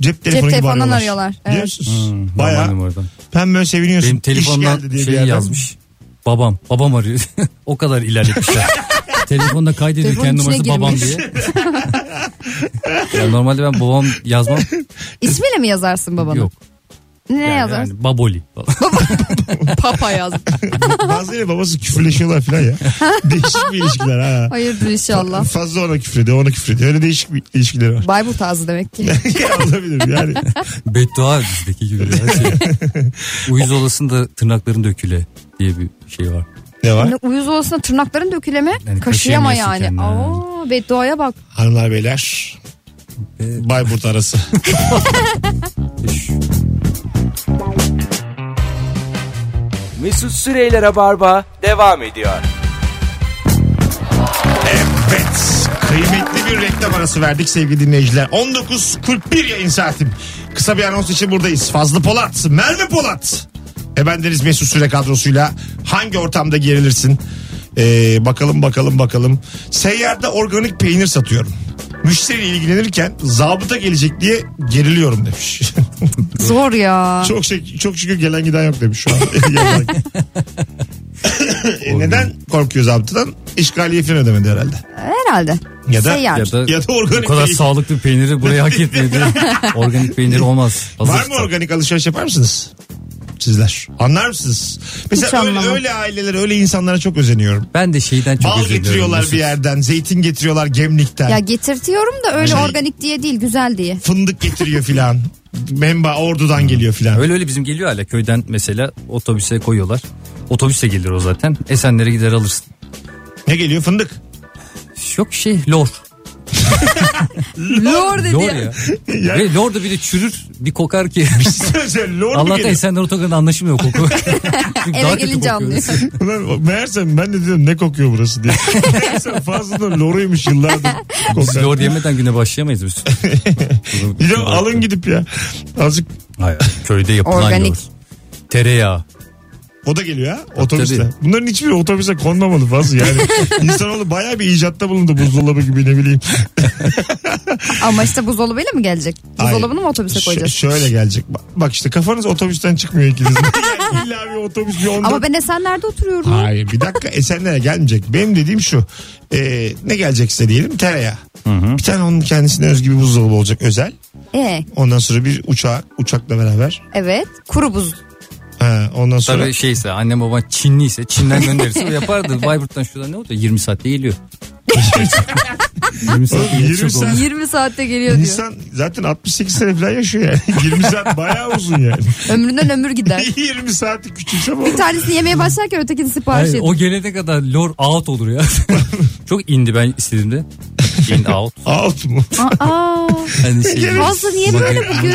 S2: cep telefonu
S4: Cep
S2: gibi
S4: telefondan
S2: arıyorlar.
S4: arıyorlar, evet.
S2: Biliyor musunuz?
S3: Hmm, normal
S2: Bayağı
S3: numaradan.
S2: ben böyle seviniyorsun.
S3: Benim
S2: İş geldi
S3: telefondan
S2: diye bir
S3: şey
S2: yerden.
S3: yazmış. Babam. Babam arıyor. (laughs) o
S2: (laughs)
S3: kadar ilerletmişler. Telefonda kaydediyor
S4: Telefonun
S3: kendi
S4: içine
S3: numarası babam
S4: girmiş. (laughs)
S3: diye. Ya normalde ben babam
S4: (laughs)
S3: yazmam.
S4: İsmiyle mi yazarsın babanın?
S3: Yok.
S4: Ne
S3: Yani,
S4: yazarsın?
S3: yani baboli. (laughs) falan. (laughs)
S4: Papa yaz.
S2: (laughs) Bazıları babası küfürleşiyorlar falan
S4: (laughs)
S2: ya. Değişik bir ilişkiler ha.
S4: Hayırdır inşallah.
S2: Fazla ona küfrediyor ona küfrediyor. Öyle değişik bir ilişkileri var. (laughs)
S4: Bayburt ağzı demek ki.
S2: Ya olabilir yani.
S3: Beddua bizdeki gibi. Her şey. Uyuz olasında tırnakların döküle diye bir şey var.
S2: Ne var?
S4: Ne uyuz olsun tırnakların döküleme.
S3: Yani
S4: kaşıyama
S3: kaşıyamıyorsun
S4: yani.
S3: kendini,
S4: Aa, bedduaya bak.
S2: Hanımlar beyler.
S3: Evet.
S2: Bayburt arası.
S1: Mesut Süreyler'e barba devam ediyor.
S2: (laughs) evet. Kıymetli bir reklam arası verdik sevgili dinleyiciler. 19.41 yayın saatim. Kısa bir anons için buradayız. Fazlı Polat, Merve Polat. E bendeniz Mesut Süre kadrosuyla hangi ortamda gerilirsin? Ee, bakalım bakalım bakalım. Seyyarda organik peynir satıyorum. Müşteri ilgilenirken zabıta gelecek diye geriliyorum demiş. (laughs)
S4: Zor ya.
S2: Çok şük- çok şükür gelen giden yok demiş şu an. (laughs) Yalan. E, Neden korkuyor zabıtadan? İşgaliye falan ödemedi herhalde.
S4: Herhalde.
S2: Ya da-
S4: Seyyar.
S3: Ya da,
S2: Ya da
S3: bu
S2: organik
S3: kadar
S2: değil.
S3: sağlıklı peyniri buraya hak
S2: (laughs)
S3: etmiyor diye. Organik peynir olmaz. Hazır
S2: Var mı organik alışveriş yapar mısınız? Sizler. Anlar mısınız? Mesela öyle,
S4: anlamam.
S2: öyle ailelere öyle insanlara çok özeniyorum.
S3: Ben de şeyden çok
S2: Bal
S3: özür diliyorum.
S2: getiriyorlar
S3: Mesut.
S2: bir yerden. Zeytin getiriyorlar gemlikten.
S4: Ya getirtiyorum da öyle
S2: Şey-
S4: organik diye değil güzel diye.
S2: Fındık getiriyor filan. Memba ordudan geliyor filan.
S3: Öyle öyle bizim geliyor hala köyden mesela otobüse koyuyorlar. Otobüse gelir o zaten. Esenlere gider alırsın.
S2: Ne geliyor? Fındık. (laughs)
S3: Yok şey lor.
S4: (laughs) Lor dedi.
S3: Lor
S4: ya.
S3: ya.
S2: (laughs) Ya-
S3: Ve lor da bir de çürür bir kokar ki.
S2: Söyle, lor mu
S3: Allah'tan
S2: geliyor?
S3: Esenler otogarında anlaşılmıyor o
S4: (laughs)
S3: koku. Çünkü daha
S4: Eve
S3: kötü
S4: gelince
S3: kokuyor.
S4: anlıyor.
S2: Ulan meğersem ben de dedim ne kokuyor burası
S3: (laughs)
S2: diye. Meğersem fazla loruymuş yıllardır.
S3: Biz lor yemeden güne başlayamayız biz.
S2: (laughs) Bir de alın gidip ya. Azıcık
S3: Hayır, köyde yapılan
S4: Organik.
S3: lor. Tereyağı.
S2: o da geliyor ha otobüste.
S3: E, tabii.
S2: Bunların hiçbiri otobüse konmamalı fazla
S3: (laughs)
S2: yani. İnsanoğlu bayağı bir icatta bulundu buzdolabı gibi ne bileyim.
S4: Ama işte buzdolabıyla mı gelecek? Buzdolabını mı otobüse
S2: Şö-
S4: koyacağız?
S2: şöyle gelecek. Ba- Bak işte kafanız otobüsten çıkmıyor ikiniz. (laughs) Yani İlla bir otobüs bir ondan.
S4: Ama ben Esenler'de oturuyorum.
S2: Hayır bir dakika Esenler'e gelmeyecek. Benim dediğim şu. Ee, ne gelecekse diyelim tereyağı. Bir tane onun kendisine özgü bir buzdolabı olacak özel.
S4: Ee,
S2: Ondan sonra bir uçak uçakla beraber.
S4: evet. Kuru (laughs) buz.
S2: Ha, ondan sonra
S3: Tabii şeyse annem baban Çinliyse Çin'den gönderirse o
S4: (laughs)
S3: yapardı. Bayburt'tan şuradan ne oluyor? 20
S2: (laughs)
S3: saatte geliyor. 20 saatte
S2: Oğlum, 20
S3: yetişecek
S2: saat-
S3: olmaz.
S4: 20 saatte geliyor diyor.
S2: İnsan zaten 68 sene falan yaşıyor yani. (laughs) 20 saat bayağı uzun yani.
S4: Ömründen ömür gider.
S2: (laughs) 20 saati küçülse bu.
S4: Bir tanesini yemeye başlarken ötekini sipariş
S3: Hayır,
S4: edin.
S3: (laughs) o gelene kadar lor out olur ya. Çok indi ben istediğimde. in out.
S2: Out
S4: (laughs)
S2: mu?
S4: Aa,
S3: Hani şey,
S4: Fazla niye böyle
S3: Maga-
S4: (laughs) bugün?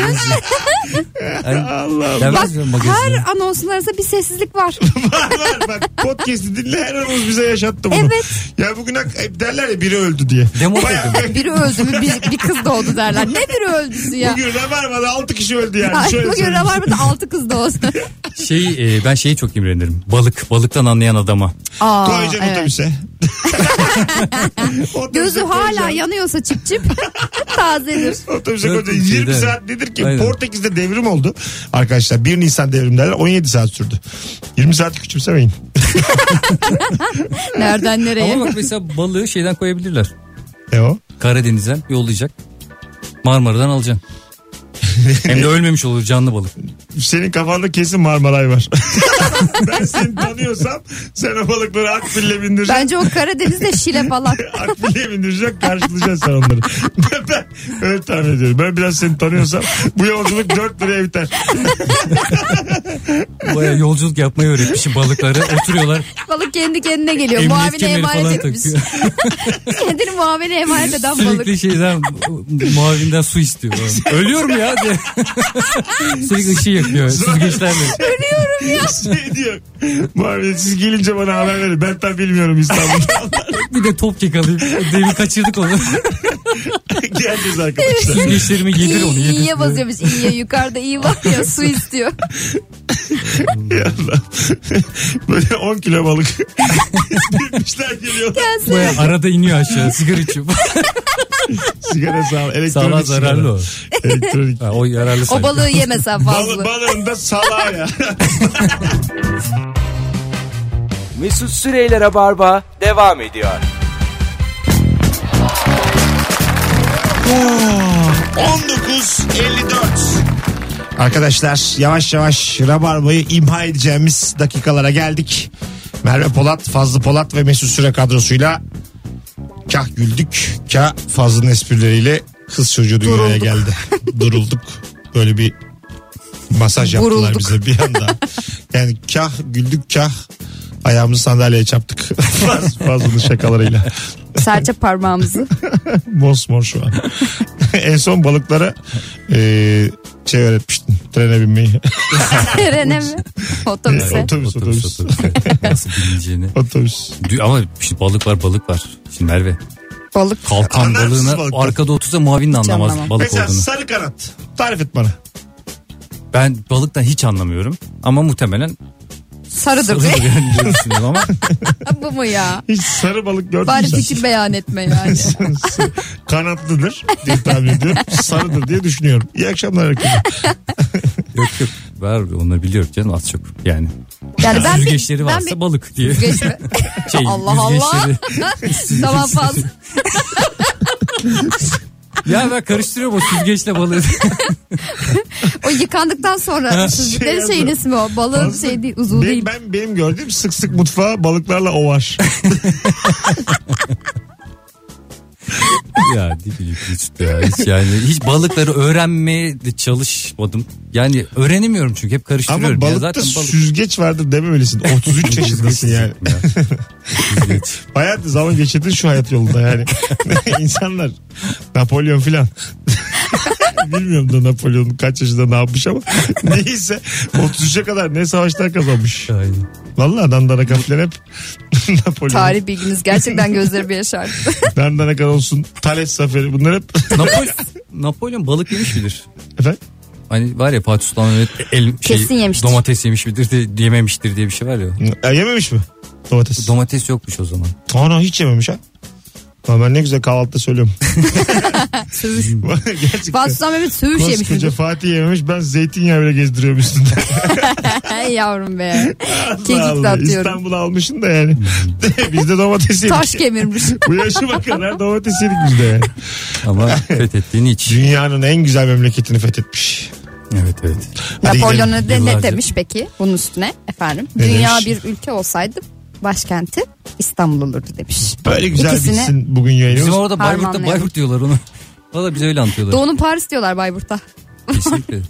S3: Hani,
S2: Allah'ım.
S3: ben
S4: Bak
S3: bakıyorum magazine.
S4: her anonsun arasında bir sessizlik var.
S2: var var bak podcast'i dinle her anımız bize yaşattı bunu.
S4: Evet.
S2: Ya bugün hak- hep derler ya biri öldü diye.
S3: Demo
S4: (laughs)
S2: Bayağı- (laughs)
S3: dedim.
S4: Biri öldü mü bir, bir kız doğdu derler. Ne biri öldüsü ya?
S2: Bugün Rabarba'da 6 kişi öldü yani.
S4: Ay,
S2: Şöyle
S4: Bugün
S2: söyleyeyim.
S4: Rabarba'da altı kız doğdu.
S3: Şey, e, ben şeyi çok imrenirim. Balık, balıktan anlayan adama.
S4: Aa,
S2: Koyacaksın
S4: evet.
S2: otobüse. (laughs) Otobüse
S4: Gözü hala
S2: koyacaksın.
S4: yanıyorsa çip çip (laughs) tazedir.
S2: Otobüse
S3: Dört
S2: koyacaksın.
S3: kişi
S2: 20
S3: de.
S2: şey saat nedir ki?
S3: Aynen.
S2: Portekiz'de devrim oldu. Arkadaşlar 1 Nisan devrim derler. 17 saat sürdü. 20 saat küçümsemeyin.
S4: Nereden nereye?
S3: Ama bak mesela balığı şeyden koyabilirler.
S2: Ne E o?
S3: Karadeniz'den yollayacak. Marmara'dan (laughs) alacaksın. Hem de ölmemiş olur canlı balık.
S2: Senin kafanda kesin Marmaray var. (laughs) ben seni tanıyorsam sen o balıkları Akbil'le bindireceksin.
S4: (laughs) Bence o Karadeniz'de Şile falan.
S2: Akbil'e bindirecek karşılayacaksın sen onları. Ben, ben öyle tahmin ediyorum. Ben biraz seni tanıyorsam bu yolculuk 4 liraya biter. (laughs)
S3: Baya yolculuk yapmayı öğretmişim
S4: (laughs)
S3: balıkları. Oturuyorlar.
S4: Balık kendi kendine geliyor.
S3: Emniyet
S4: Muavine
S3: kemeri falan
S4: emanet etmiş.
S3: takıyor.
S4: (laughs) Kendini muavine emanet eden balık.
S3: Sürekli şeyden muavinden su istiyor. Ölüyorum ya diye.
S4: (laughs)
S3: Sürekli ışığı yakıyor. Süzgeçlerle.
S2: şey diyor. Muhammed siz gelince bana haber verin. Ben tam bilmiyorum İstanbul'da.
S3: Bir de top kek alayım. Demin kaçırdık onu.
S2: (laughs) Geleceğiz arkadaşlar.
S3: Süzgeçlerimi yedir şey onu.
S4: İyi,
S3: Yedir.
S4: iyiye basıyormuş. İyiye yukarıda iyi var
S3: (laughs)
S4: ya su istiyor.
S2: Yallah. (laughs) Böyle 10 kilo balık. (laughs) Bilmişler geliyor.
S3: Baya arada iniyor aşağı sigara içiyor.
S2: Sigara sağ elektronik
S3: Sağlığa
S2: sigara.
S3: zararlı o.
S2: Elektronik.
S3: Ha, o yararlı
S4: O
S3: sanki.
S4: balığı yemesen
S2: Bal,
S4: fazla.
S2: balığın da salağı ya.
S1: Mesut Süreyler'e barba devam ediyor.
S2: 19.54 Arkadaşlar yavaş yavaş Rabarba'yı imha edeceğimiz dakikalara geldik. Merve Polat, Fazlı Polat ve Mesut Süre kadrosuyla kah güldük, kah Fazlı'nın esprileriyle kız çocuğu dünyaya
S4: Durulduk.
S2: geldi. Durulduk. Böyle bir masaj yaptılar
S4: Vurulduk.
S2: bize bir anda. Yani kah güldük, kah ayağımızı sandalyeye çarptık. (laughs) Faz- Fazlı'nın şakalarıyla.
S3: (laughs)
S4: Serçe parmağımızı. (laughs)
S2: Mosmor şu an. (laughs) en son balıklara e, şey öğretmiştim. Trene binmeyi. (laughs)
S4: Trene mi? Otobüse.
S2: otobüs,
S3: Otobüs,
S2: otobüs.
S3: otobüs. Nasıl bilineceğini.
S2: Otobüs.
S3: Dü- Ama şimdi balık var balık var. Şimdi Merve.
S4: Balık.
S3: Kalkan
S2: Anlar mısınız
S3: balığına
S2: balıktan?
S3: arkada otursa muavin de anlamaz
S4: anlamam.
S3: balık
S2: Mesela
S3: olduğunu.
S2: sarı kanat. Tarif et bana.
S3: Ben balıktan hiç anlamıyorum. Ama muhtemelen (laughs)
S4: Sarıdır.
S3: sarı yani diye düşünüyorum ama
S4: (laughs) Bu mu ya?
S2: Hiç sarı balık gördün
S4: Bari
S2: mü
S4: fikir beyan etme
S3: (laughs)
S4: yani.
S2: sen? (laughs) Kanatlıdır diye tahmin ediyorum. Sarıdır diye düşünüyorum. İyi akşamlar herkese.
S3: yok yok var onları biliyorum canım az çok yani.
S4: Yani ben bir,
S3: Yüzgeçleri
S4: ben
S3: varsa
S4: bir
S3: balık diye.
S4: Geçme.
S3: (laughs) Şey,
S4: Allah Allah.
S3: yüzgeçleri-
S4: tamam fazla.
S3: ya ben karıştırıyorum o süzgeçle balığı. (laughs)
S4: O yıkandıktan sonra
S2: Şey
S4: süzgeçlerin
S2: yazdı.
S4: şeyin ismi o. Balığın
S2: Fazla-
S4: şey değil, uzuğu
S2: Benim-
S4: değil.
S2: ben, benim gördüğüm sık sık mutfağa balıklarla ovar.
S3: ya ne bileyim hiç, ya, hiç yani hiç balıkları öğrenmeye de çalışmadım. Yani öğrenemiyorum çünkü hep karıştırıyorum.
S2: Ama
S3: ya.
S2: balıkta
S3: zaten balık.
S2: süzgeç vardır dememelisin.
S3: (laughs)
S2: 33 yaşındasın (laughs) yani.
S3: Süzgeç.
S2: Hayat zaman geçirdin şu hayat yolunda
S4: (laughs)
S2: yani. (laughs) İnsanlar Napolyon filan. (laughs) Bilmiyorum da Napolyon kaç yaşında ne yapmış
S4: (laughs)
S2: ama neyse 33'e kadar ne savaşlar kazanmış.
S3: Aynen.
S2: Vallahi dandana kafiler hep (laughs) Napolyon.
S4: Tarih bilginiz gerçekten
S2: (laughs)
S4: gözlerimi yaşardı.
S2: Dandana kadar olsun Talet Zaferi bunlar hep (laughs)
S3: Napolyon, Napolyon balık yemiş midir?
S2: efendim
S3: Hani var ya Fatih Sultan Mehmet el, şey,
S4: Kesin yemiştir.
S3: domates yemiş midir de yememiştir diye bir şey var ya.
S2: Ya yememiş mi domates?
S3: Domates yokmuş o zaman.
S2: Ana hiç yememiş ha. Ama ben ne güzel kahvaltıda söylüyorum.
S4: Sövüş.
S2: (laughs) Gerçekten.
S4: Fatih Sultan Mehmet sövüş Hmm. şey yemiş.
S2: Koskoca Fatih yememiş ben zeytinyağı bile gezdiriyorum üstünde.
S4: Hey yavrum be. Kekik
S2: Allah
S4: de
S2: Allah.
S4: atıyorum.
S2: İstanbul'a almışın da (laughs) yani. biz de domates yedik.
S4: Taş kemirmiş.
S2: Bu yaşıma kadar domates (laughs) yedik biz de. yani.
S3: Ama fethettiğini hiç.
S2: Dünyanın en güzel memleketini fethetmiş.
S3: Evet evet.
S2: (laughs) Hadi
S4: Napolyon
S2: gidelim.
S4: ne, de- ne
S3: Yıllarca.
S4: demiş peki bunun üstüne efendim?
S2: Ne
S4: Dünya
S2: demiş?
S4: bir ülke olsaydı başkenti İstanbul olurdu demiş.
S2: Böyle güzel
S4: İkisini-
S2: bitsin bugün
S3: Bizim
S2: yayınımız.
S3: orada Bayburt'ta
S4: Harmanlayalım.
S3: Bayburt diyorlar onu. Valla bize öyle
S2: (laughs)
S3: anlatıyorlar.
S4: Doğu'nun Paris diyorlar Bayburt'ta.
S3: Kesinlikle.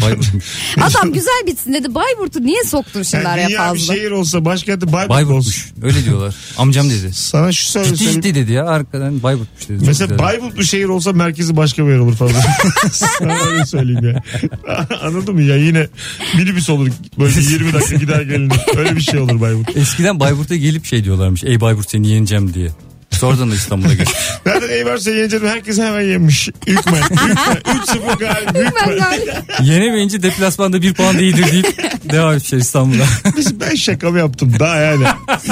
S3: Bayburt'muş.
S4: Adam güzel bitsin dedi. Bayburt'u niye soktun şimdi
S2: Yani
S4: araya
S2: dünya bir şey
S4: fazla?
S2: şehir olsa başkenti Bayburt, olsun.
S3: Bayburt'muş. Öyle diyorlar. Amcam dedi.
S2: Sana şu söyle.
S3: Ciddi ciddi dedi ya. Arkadan Bayburt'muş dedi. Çok
S2: Mesela
S3: güzel.
S2: Bayburt bir şehir olsa merkezi başka bir yer olur falan. (laughs) Sana öyle söyleyeyim ya. (laughs) Anladın mı ya yine minibüs olur böyle 20 dakika gider gelinir. Öyle bir şey olur Bayburt.
S3: Eskiden Bayburt'a gelip şey diyorlarmış. Ey Bayburt seni yeneceğim diye. Sonradan da İstanbul'a geçmiş.
S2: (laughs) Zaten Eyvars'a yeneceğim herkes hemen yemiş. Ükme. Ükme. 3-0 galip.
S4: Ben
S2: Ükme. (laughs)
S4: galiba-
S3: Yenemeyince deplasmanda bir puan da iyidir deyip devam etmişler İstanbul'a.
S2: Biz ben şakamı yaptım daha yani.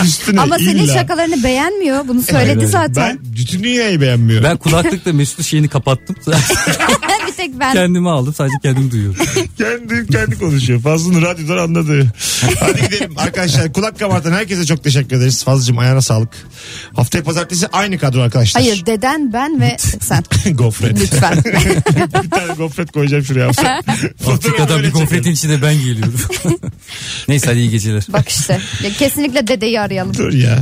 S2: Üstüne
S4: Ama senin
S2: illa.
S4: şakalarını beğenmiyor. Bunu söyledi
S3: Aynen.
S4: zaten.
S2: Ben bütün dünyayı beğenmiyorum.
S3: Ben kulaklıkla Mesut'un şeyini kapattım.
S2: Hani-
S4: bir tek ben.
S3: Kendimi aldım sadece kendimi duyuyorum.
S2: Kendi kendi konuşuyor. Fazlı'nın radyodan anladığı. Hadi gidelim arkadaşlar. Kulak kabartan herkese çok teşekkür ederiz. Fazlı'cığım ayağına sağlık. Haftaya pazartesi aynı kadro arkadaşlar.
S4: Hayır deden ben ve sen.
S2: (laughs) gofret.
S4: Lütfen.
S2: bir tane gofret koyacağım
S4: (laughs)
S2: şuraya.
S3: Afrika'dan
S2: böyle
S3: bir gofretin
S2: çekelim.
S3: içinde ben
S2: (laughs)
S3: geliyorum. Neyse hadi iyi geceler.
S4: Bak işte. Ya kesinlikle dedeyi arayalım.
S2: Dur ya.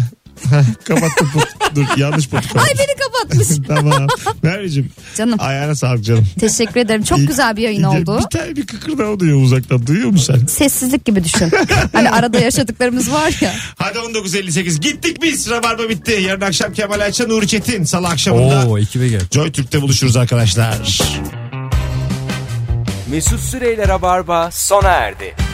S2: Hah, Kapattım. pot- Dur yanlış pot
S4: Ay beni kapatmış.
S2: (laughs) tamam. Merveciğim.
S4: Canım.
S2: Ayağına sağlık canım.
S4: Teşekkür ederim. Çok
S2: İyi-
S4: güzel bir yayın
S2: İyi-
S4: oldu.
S2: Bir tane bir kıkırdağı duyuyor uzaktan. Duyuyor musun sen?
S4: Sessizlik gibi düşün. Hani arada yaşadıklarımız var ya.
S2: Hadi 19.58. Gittik biz. Rabarba bitti. Yarın akşam Kemal Ayça, Nuri Çetin. Salı akşamında.
S3: Oo ekibe gel.
S2: Joy Türk'te buluşuruz arkadaşlar.
S1: Mesut Süreyler'e barba sona erdi.